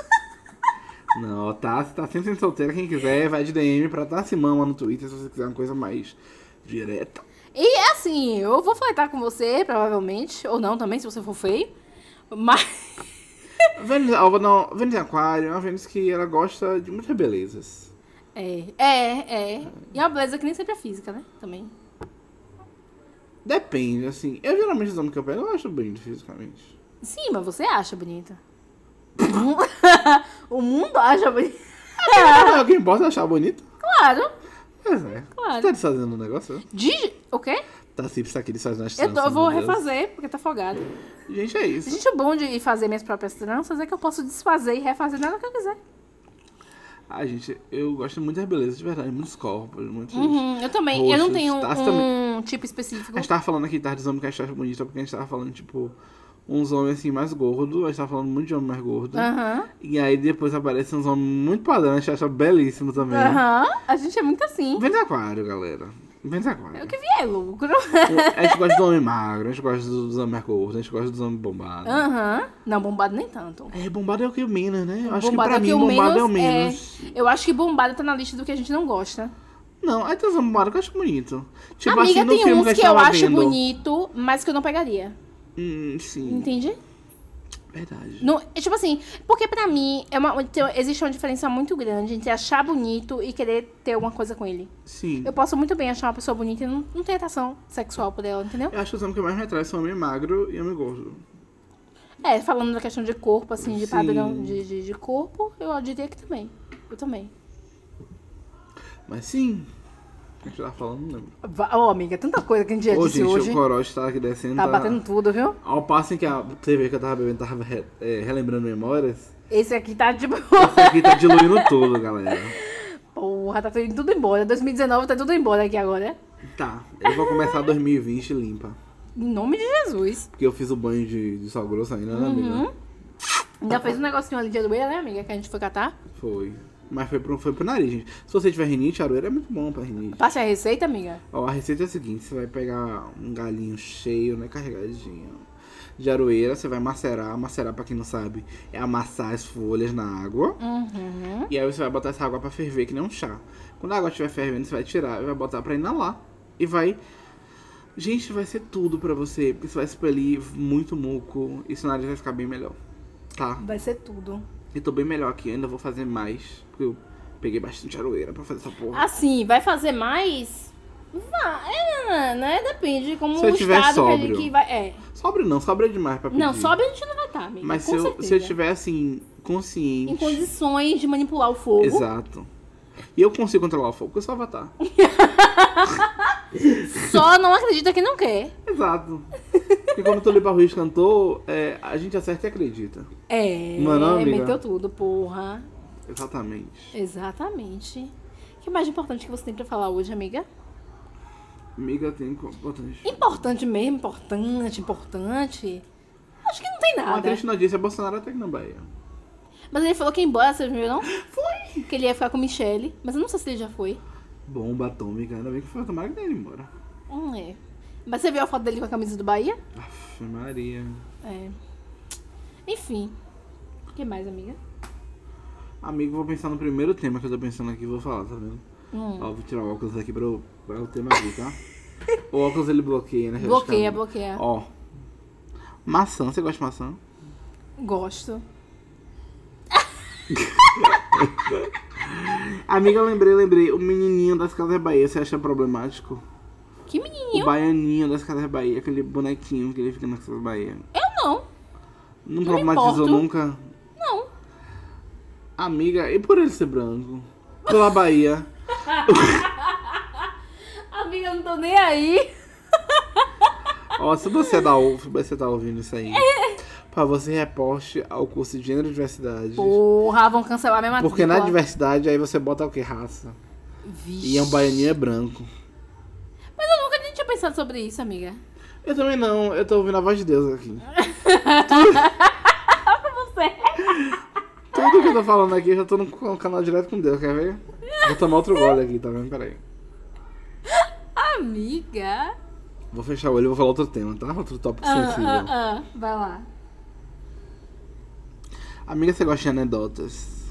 A: Não, tá, você tá sempre solteira. Quem quiser, vai de DM pra Tassi Mama no Twitter se você quiser uma coisa mais direta.
B: E é assim, eu vou flertar com você, provavelmente. Ou não também, se você for feio. Mas.
A: Vênus, Alva, não, Vênus em Aquário é uma Vênus que ela gosta de muitas belezas.
B: É, é, é. E é uma beleza que nem sempre é física, né? Também.
A: Depende, assim. Eu geralmente os homens que eu pego, eu acho bonito fisicamente.
B: Sim, mas você acha bonita. o mundo acha bonita.
A: Ah, alguém possa achar bonito?
B: Claro.
A: Pois é.
B: Claro.
A: Você tá desfazendo um negócio? né?
B: De... O quê?
A: Tá se tá aqui desfazendo as
B: Eu,
A: tranças.
B: tô- eu vou
A: meu Deus.
B: refazer, porque tá folgado.
A: Gente, é isso.
B: Gente, o bom de fazer minhas próprias tranças é que eu posso desfazer e refazer na hora que eu quiser.
A: Ah, gente, eu gosto muito das belezas, de verdade. Muitos corpos, muitos...
B: Uhum, eu também. eu não
A: Roxos,
B: tenho
A: tás
B: um tipo específico.
A: A gente tava falando aqui tarde dos homens que a gente acha bonito, porque a gente tava falando, tipo, uns homens assim mais gordos, a gente tava falando muito de homem mais gordo.
B: Aham.
A: E aí depois aparecem uns homens muito padrão, a gente acha belíssimo também.
B: Aham. A gente é muito assim.
A: Vem de aquário, galera. Vem de aquário.
B: O que vier é lucro.
A: A gente gosta do homem magro, a gente gosta dos homens mais gordos, a gente gosta dos homens bombados.
B: Ah. Aham. Não, bombado nem tanto.
A: É, bombado é o que o menos, né? Eu acho
B: Bombado
A: que pra
B: é o que
A: mim,
B: o
A: bombado é o
B: menos é.
A: menos.
B: Eu acho que bombado tá na lista do que a gente não gosta.
A: Não, aí tem uns homens bombados que eu acho bonito. Tipo
B: Amiga,
A: assim, no
B: tem
A: filme que,
B: uns que,
A: a gente
B: eu
A: tava
B: acho
A: vendo.
B: bonito, mas que eu não pegaria.
A: Hum, sim,
B: Entende?
A: verdade.
B: Não, é tipo assim, porque pra mim é uma, tem- existe uma diferença muito grande entre achar bonito e querer ter alguma coisa com ele.
A: Sim.
B: Eu posso muito bem achar uma pessoa bonita e não, não ter atração sexual por ela, entendeu?
A: Eu acho que os homens que mais me atraem são homem magro e homem gordo.
B: É, falando da questão de corpo, assim, de
A: Sim.
B: padrão de, de, de corpo, eu diria que também. Eu também.
A: Mas sim. o que A gente tava falando, não lembro.
B: Va- Ô, amiga, tanta coisa que a gente já
A: Ô,
B: disse
A: gente,
B: hoje.
A: o Corote tá aqui descendo.
B: Tá batendo tudo, viu?
A: Ao passo em que a TV que eu tava bebendo tava re- é, relembrando memórias,
B: Esse aqui tá tipo.
A: isso aqui tá diluindo tudo, galera.
B: Porra, tá tudo, tudo embora. 2019 tá tudo embora aqui agora.
A: Tá, eu vou começar 2020 limpa.
B: Em nome de Jesus. Hum?
A: Porque eu fiz o banho de, de sal grosso ainda,
B: Uhum.
A: né, amiga?
B: Ainda fez um negocinho ali de aroeira, né, amiga? Que a gente foi catar.
A: Foi. Mas foi pro, foi pro nariz, gente. Se você tiver rinite, aroeira é muito bom pra rinite.
B: Passe a receita, amiga.
A: Ó, a receita é a seguinte: você vai pegar um galinho cheio, né? Carregadinho. De aroeira, você vai macerar. Macerar, pra quem não sabe, é amassar as folhas na água.
B: Uhum.
A: E aí você vai botar essa água pra ferver, que nem um chá. Quando a água estiver fervendo, você vai tirar e vai botar pra inalar. E vai. Gente, vai ser tudo pra você. Porque você vai expelir muito muco. E seu nariz vai ficar bem melhor. Tá?
B: Vai ser tudo.
A: E tô bem melhor aqui, eu ainda vou fazer mais. Porque eu peguei bastante aroeira pra fazer essa porra.
B: Assim, vai fazer mais? Vai, é, né? Depende de como
A: Se
B: o
A: eu tiver
B: estado que, a gente
A: sóbrio.
B: que vai. É.
A: Sobre não, sobra demais pra pedir.
B: Não, sobe a gente não vai estar, amiga.
A: Mas
B: com
A: se eu,
B: certeza.
A: se eu tiver, assim, consciente.
B: Em condições de manipular o fogo.
A: Exato. E eu consigo controlar o fogo, porque eu sou avatar.
B: Só não acredita que não quer.
A: Exato. E como o Tulipa Ruiz cantou, é, a gente acerta e acredita.
B: É.
A: Não é não, amiga?
B: meteu tudo, porra.
A: Exatamente.
B: Exatamente. O que mais importante que você tem pra falar hoje, amiga?
A: Amiga, tem importante.
B: Importante mesmo, importante, importante. Acho que não tem
A: Uma
B: nada.
A: triste notícia, Bolsonaro até que na Bahia.
B: Mas ele falou que ia embora, vocês viram? Foi! Que ele ia ficar com Michelle. Mas eu não sei se ele já foi.
A: Bomba atômica, ainda bem que foi tomara que dele embora.
B: Hum, é. Mas você viu a foto dele com a camisa do Bahia?
A: Aff, Maria.
B: É. Enfim. O que mais, amiga?
A: Amigo, vou pensar no primeiro tema que eu tô pensando aqui e vou falar, tá vendo?
B: Hum.
A: Ó, vou tirar o óculos aqui pra, eu- pra o tema aqui, tá? o óculos ele bloqueia, né? praticamente.
B: Bloqueia, bloqueia.
A: Ó. Maçã, você gosta de maçã?
B: Gosto.
A: Amiga, eu lembrei, lembrei. O menininho das Casas Bahia, você acha problemático?
B: Que
A: O
B: menininho?
A: baianinho das Casas Bahia, aquele bonequinho que ele fica nas Casas Bahia.
B: Eu não.
A: Não,
B: me
A: problematizou
B: importo.
A: nunca?
B: Não.
A: Amiga, e por ele ser branco? Pela Bahia.
B: Amiga, eu não tô nem aí.
A: Ó, se você tá, ou- se você tá ouvindo isso aí, pra você reporte ao curso de gênero e diversidade.
B: Porra, vão cancelar minha matrícula.
A: Porque na diversidade aí você bota o que? Raça.
B: Vixe.
A: E é um baianinho é branco.
B: Mas eu nunca nem tinha pensado sobre isso, amiga.
A: Eu também não, eu tô ouvindo a voz de Deus aqui. Tudo que eu tô falando aqui, eu já tô no c- canal direto com Deus, quer ver? Vou tomar outro gole aqui, tá vendo? Peraí.
B: Amiga.
A: Vou fechar o olho e vou falar outro tema, tá? Outro tópico sensível.
B: Ah, ah, ah. Vai lá.
A: Amiga, você gosta de anedotas?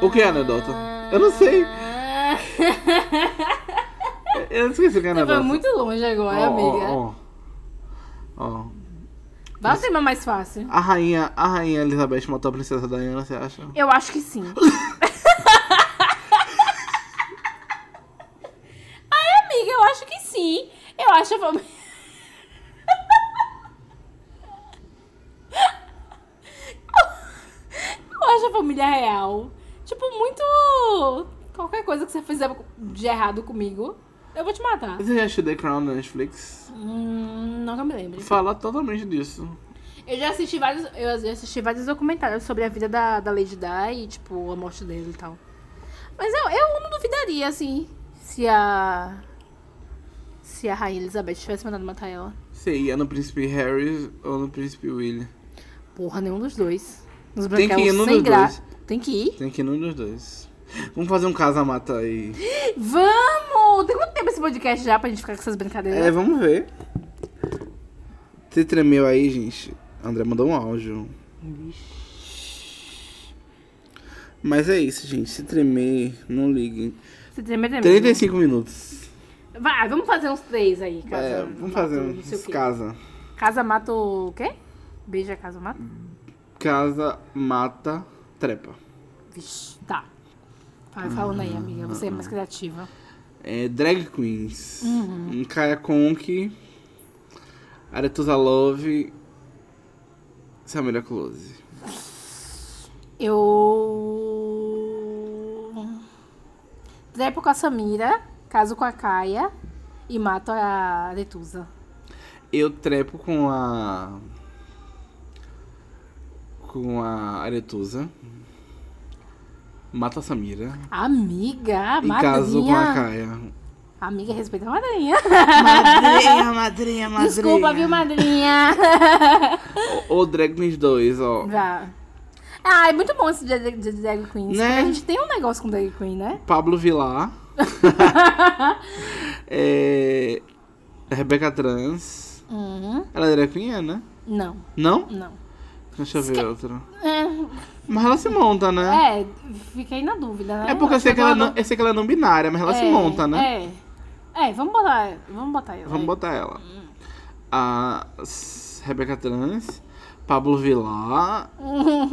A: O que é anedota? Eu não sei. Eu esqueci o que é
B: Você
A: anedota.
B: foi muito longe agora, amiga.
A: Ó, ó, ó.
B: Vai o tema mais fácil.
A: A rainha, a rainha Elizabeth matou a princesa Diana, você acha?
B: Eu acho que sim. Ai, amiga, eu acho que sim. Eu acho. Eu acho a família real. Tipo, muito. Qualquer coisa que você fizer de errado comigo, eu vou te matar.
A: Você já assistiu The Crown na Netflix?
B: Hum, nunca me lembro.
A: Fala totalmente disso.
B: Eu já assisti vários. Eu já assisti vários documentários sobre a vida da, da Lady Di e, tipo, a morte dele e tal. Mas eu, eu não duvidaria, assim, se a. Se a Rainha Elizabeth tivesse mandado matar ela.
A: Você ia é no príncipe Harry ou no príncipe William?
B: Porra, nenhum dos dois. Nos
A: Tem que
B: branquelos
A: ir num
B: sem
A: dos
B: gra...
A: dois.
B: Tem que ir?
A: Tem que ir num dos dois. Vamos fazer um casa-mata aí.
B: Vamos! Tem quanto tempo esse podcast já pra gente ficar com essas
A: É,
B: brincadeiras?
A: vamos ver. Você tremeu aí, gente? André mandou um áudio. Mas é isso, gente. Se tremer, não liguem.
B: Você treme, treme.
A: 35 minutos.
B: Vai, vamos fazer uns três aí, casa.
A: É, vamos
B: mato,
A: fazer
B: não sei o
A: uns
B: quê.
A: casa.
B: Casa mata o quê? Beija, casa mata?
A: Casa, mata, trepa.
B: Vixe, tá. Vai falando aí, amiga. Você é mais criativa.
A: É, drag queens.
B: Uhum.
A: Um Kaya Conk. Aretusa Love. Samira Close.
B: Eu. Trepo com a Samira, caso com a Caia e mato a Letusa.
A: Eu trepo com a. Com a Aretusa. Mata a Samira.
B: Amiga,
A: E caso com a
B: madrinha.
A: Caia.
B: Amiga, respeita a madrinha.
A: Madrinha, madrinha, madrinha.
B: Desculpa, viu, madrinha?
A: O, o Drag Queens 2, ó.
B: Vá. Ah, é muito bom esse de, de, de drag queens.
A: Né?
B: porque A gente tem um negócio com drag queen, né?
A: Pablo Vilar. é, Rebeca Trans.
B: Uhum.
A: Ela é drag queen, é, né?
B: Não,
A: Não?
B: não.
A: Deixa eu ver outra.
B: É,
A: Mas ela se monta, né?
B: é, fiquei na dúvida, né?
A: É, porque eu
B: Acho
A: sei, que ela não,
B: não-
A: eu sei que ela é é. não binária, mas ela se monta, né?
B: É. É, vamos botar, vamos botar ela.
A: Vamos
B: aí.
A: botar ela. A S- Rebeca Trans, Pablo Vilar,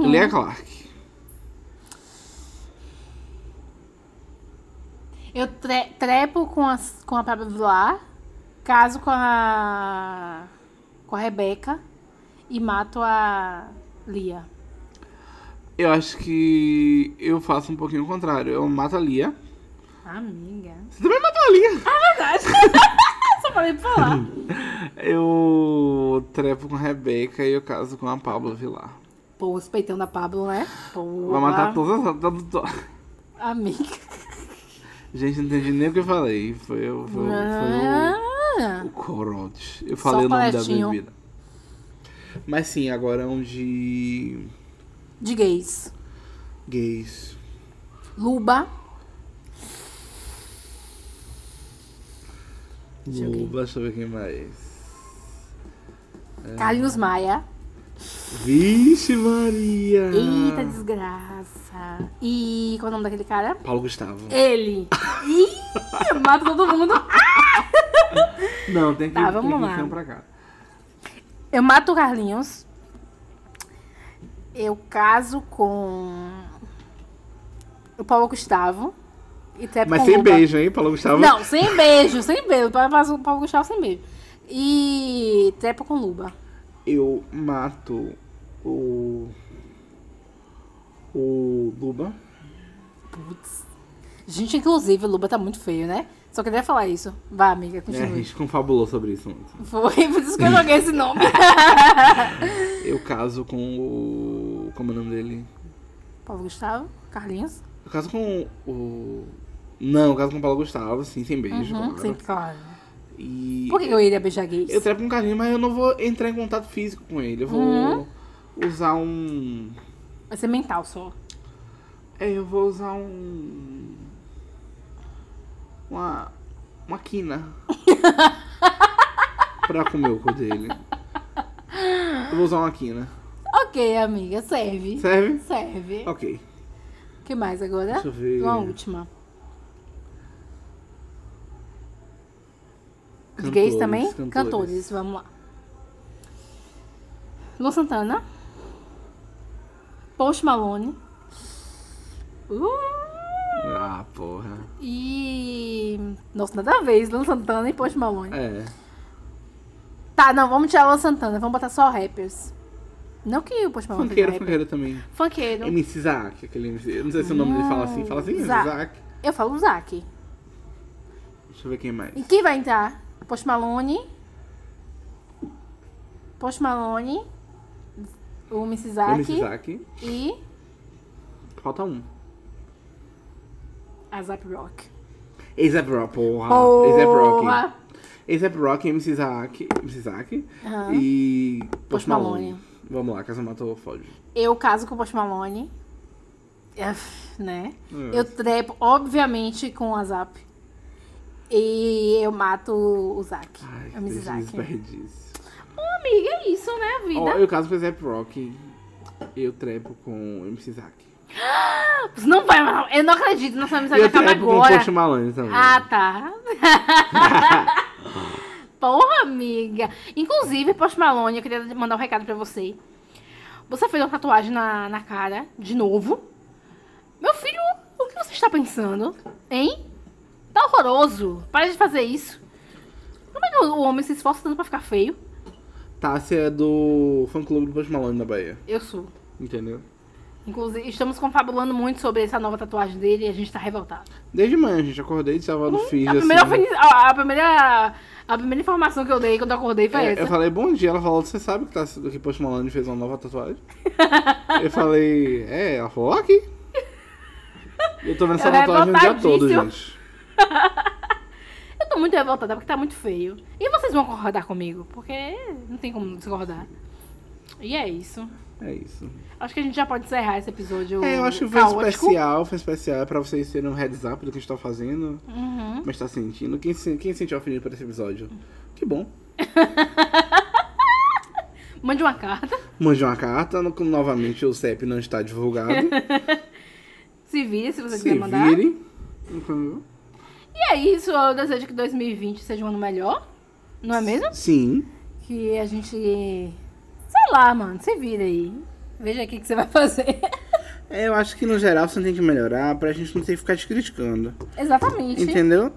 A: Lia Clark.
B: Eu tre- trepo com a, com a Pablo Vilar, caso com a. com a Rebeca e mato a Lia.
A: Eu acho que eu faço um pouquinho o contrário. Eu mato a Lia.
B: Amiga.
A: Você também matou a Lia.
B: Verdade. Só falei pra falar.
A: Eu trepo com a Rebeca e eu caso com a Pablo Vilar.
B: Pô, respeitando a Pablo, né? Pô.
A: Vai matar todas as. to- to-
B: Amiga.
A: Gente, não entendi nem o que eu falei. Foi, o- foi, o- foi o.
B: Ah,
A: O corote. Eu falei
B: Só
A: o nome da
B: paletinho.
A: bebida. Mas sim, agora é um de
B: de gays.
A: gays.
B: Luba. Deixa eu ver.
A: Luba, deixa eu ver quem mais. É.
B: Carlinhos Maia.
A: Vixe Maria!
B: Eita desgraça. E qual é o nome daquele cara?
A: Paulo Gustavo.
B: Ele. Ih, mata todo mundo.
A: Não, tem que
B: Tá, vamos
A: tem que
B: lá.
A: enfiar pra cá.
B: Eu mato o Carlinhos. Eu caso com o Paulo Gustavo. E trepo
A: Mas
B: com
A: sem
B: Luba.
A: beijo, hein, Paulo Gustavo?
B: É Não, sem beijo, sem beijo. Eu faço o Paulo Gustavo sem beijo. E trepo com Luba.
A: Eu mato o. O Luba.
B: Putz. Gente, inclusive, o Luba tá muito feio, né? Só queria falar isso. Vá, amiga,
A: É, a
B: continue.
A: gente confabulou sobre isso ontem.
B: Foi, por isso que eu joguei esse nome.
A: Eu caso com o. Como é o nome dele?
B: Paulo Gustavo, Carlinhos.
A: Eu caso com o. Não, eu caso com o Paulo Gustavo, sim, sem beijo,
B: Uhum,
A: claro.
B: sim, claro.
A: E.
B: Por que eu iria beijar gays?
A: Eu trepo com o Carlinhos, mas eu não vou entrar em contato físico com ele. Eu vou
B: Uhum.
A: usar um.
B: Vai ser mental só.
A: É, eu vou usar um. uma, uma quina pra comer o cu dele. Eu vou usar uma quina.
B: Ok, amiga, serve.
A: Serve?
B: Serve. O
A: Ok.
B: que mais agora?
A: Deixa eu ver.
B: Uma última. De gays
A: Cantores,
B: também?
A: cantores.
B: vamos lá. Lu Santana. Post Malone. Uh,
A: Ah, porra.
B: e. Nossa, nada a ver, Lu Santana e Post Malone.
A: É.
B: Tá, não, vamos tirar Lu Santana, vamos botar só rappers. Não que o Post Malone
A: Funkeiro,
B: seja rapper.
A: funkeiro também.
B: Funkeiro.
A: MC Isaac, aquele MC. Eu não sei se o nome dele fala assim. Fala assim, MC
B: Isaac.
A: Isaac.
B: Eu falo Zack.
A: Deixa eu ver quem é mais.
B: E quem vai entrar? Post Malone. Post Malone. O Mrs.
A: MC
B: Zack.
A: Isaac.
B: E
A: Falta um.
B: a Zap Rock.
A: A$AP Rock, porra. A$AP Rock.
B: Porra!
A: A$AP Rock, MC Isaac. MC Isaac.
B: Aham.
A: E.
B: Post
A: Post
B: Malone.
A: Malone. Vamos lá, Casa Matou Foge.
B: Eu caso com o Post Malone. Uf, né?
A: Hum.
B: Eu trepo, obviamente, com a Zap. E eu mato o Zack.
A: Ai, que
B: O Mrs. Zack.
A: desperdício.
B: Ô, amiga, é isso, né, a
A: Ó,
B: vida?
A: eu caso com A$AP Rock. Eu trepo com MC Isaac.
B: Você Não vai, não. Eu não acredito, nossa amizade
A: eu
B: acaba
A: trepo com
B: agora.
A: Post Malone também.
B: Ah, tá. Porra, amiga. Inclusive, Post Malone, eu queria mandar um recado pra você. Você fez uma tatuagem na, na cara, de novo. Meu filho, o que você está pensando? Hein? Tá horroroso. Para de fazer isso. Como é que o homem se esforça tanto pra ficar feio?
A: Tássia é do fã clube do Post Malone da Bahia.
B: Eu sou.
A: Entendeu?
B: Inclusive, estamos confabulando muito sobre essa nova tatuagem dele e a gente tá revoltado.
A: Desde manhã, gente. Acordei de sábado, fiz
B: Hum, A
A: assim.
B: primeira, ofeni- a, a primeira, a primeira informação que eu dei quando eu acordei foi
A: É,
B: essa.
A: eu falei, bom dia. Ela falou, você sabe que, tá, que Post Malone fez uma nova tatuagem? eu falei, é. Ela falou, aqui. Eu tô vendo essa
B: Eu
A: tatuagem o dia todo,
B: É revoltadíssimo.
A: gente.
B: Eu tô muito revoltada porque tá muito feio. E vocês vão concordar comigo, porque não tem como discordar. E é isso.
A: É isso.
B: Acho que a gente já pode encerrar esse episódio.
A: É, eu acho que foi
B: caótico.
A: especial. Foi especial. É pra vocês terem um heads up do que a gente tá fazendo.
B: Uhum.
A: Mas tá sentindo. Quem, se- quem sentiu ofendido por esse episódio? Que bom.
B: Mande uma carta,
A: Mande uma carta. No- novamente, o CEP não está divulgado.
B: se vire se você
A: Se
B: quiser mandar.
A: virem. Entendeu?
B: E é isso, eu desejo que 2020 seja um ano melhor. Não é mesmo?
A: Sim.
B: Que a gente. Sei lá, mano, se vira aí. Veja aqui o que você vai fazer.
A: É, Eu acho que no geral você tem que melhorar pra gente não ter que ficar te criticando.
B: Exatamente.
A: Entendeu?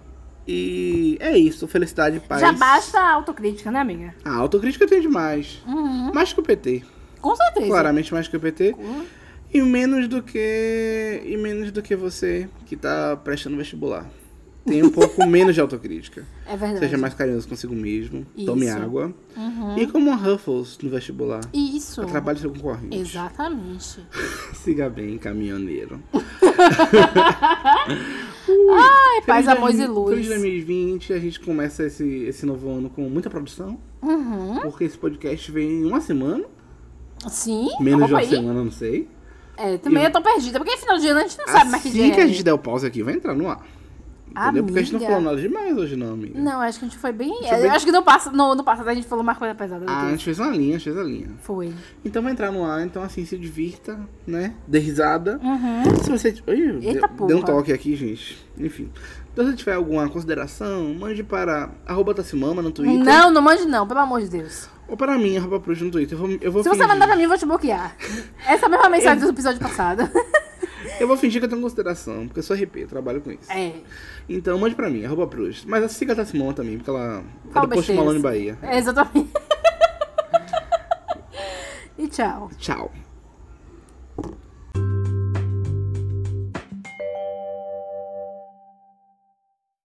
A: E é isso. Felicidade e paz.
B: Já basta a autocrítica, né, amiga?
A: A autocrítica tem demais.
B: Uhum. é.
A: Mais que o PT.
B: Com certeza.
A: Claramente mais que o PT.
B: Uhum.
A: E menos do que. E menos do que você que tá prestando vestibular. Tem um pouco menos de autocrítica.
B: É verdade.
A: Seja mais carinhoso consigo mesmo.
B: Isso.
A: Tome água.
B: Uhum.
A: E como a Ruffles no vestibular.
B: Isso.
A: Trabalhe seu concorrente.
B: Exatamente.
A: Siga bem, caminhoneiro.
B: Ai, paz, amor e
A: Feliz
B: luz.
A: 2020, a gente começa esse, esse novo ano com muita produção,
B: Uhum.
A: porque esse podcast vem em uma semana,
B: Sim,
A: menos de
B: opa
A: uma
B: aí.
A: semana, não sei.
B: É, também
A: E-
B: eu tô perdida, porque final de ano a gente não sabe mais que dia
A: Assim que a
B: é.
A: gente der o pause aqui, vai entrar no ar. Entendeu? Porque a gente não
B: Amiga.
A: falou nada demais hoje, não, amiga.
B: Não, acho que a gente foi bem...
A: foi
B: eu
A: bem-
B: Acho que no, passo, no, no passado a gente falou mais coisa pesada do
A: Ah, a
B: que
A: gente fez uma linha, a gente fez a linha.
B: foi.
A: Então vai entrar no ar, então assim, se divirta, né? Dê risada.
B: Uhum.
A: Se você. Ui,
B: Eita
A: deu, deu um
B: porra.
A: toque aqui, gente. Enfim. Então, Se você tiver alguma consideração, mande para arroba Tassimama no Twitter.
B: Não, não mande não, pelo amor de Deus.
A: Ou para mim, arroba Prus no Twitter. Eu vou, eu vou
B: Se você
A: fingir.
B: mandar pra mim, eu vou te bloquear. Essa é a mesma mensagem do episódio passado.
A: Eu vou fingir que eu tenho consideração, porque eu sou RP, eu trabalho com isso.
B: É,
A: Então mande pra mim, arroba Prus. Mas siga a Tassimão também, porque ela é
B: Fala
A: do Post
B: besteira.
A: Malone Bahia.
B: é exatamente. e tchau.
A: Tchau.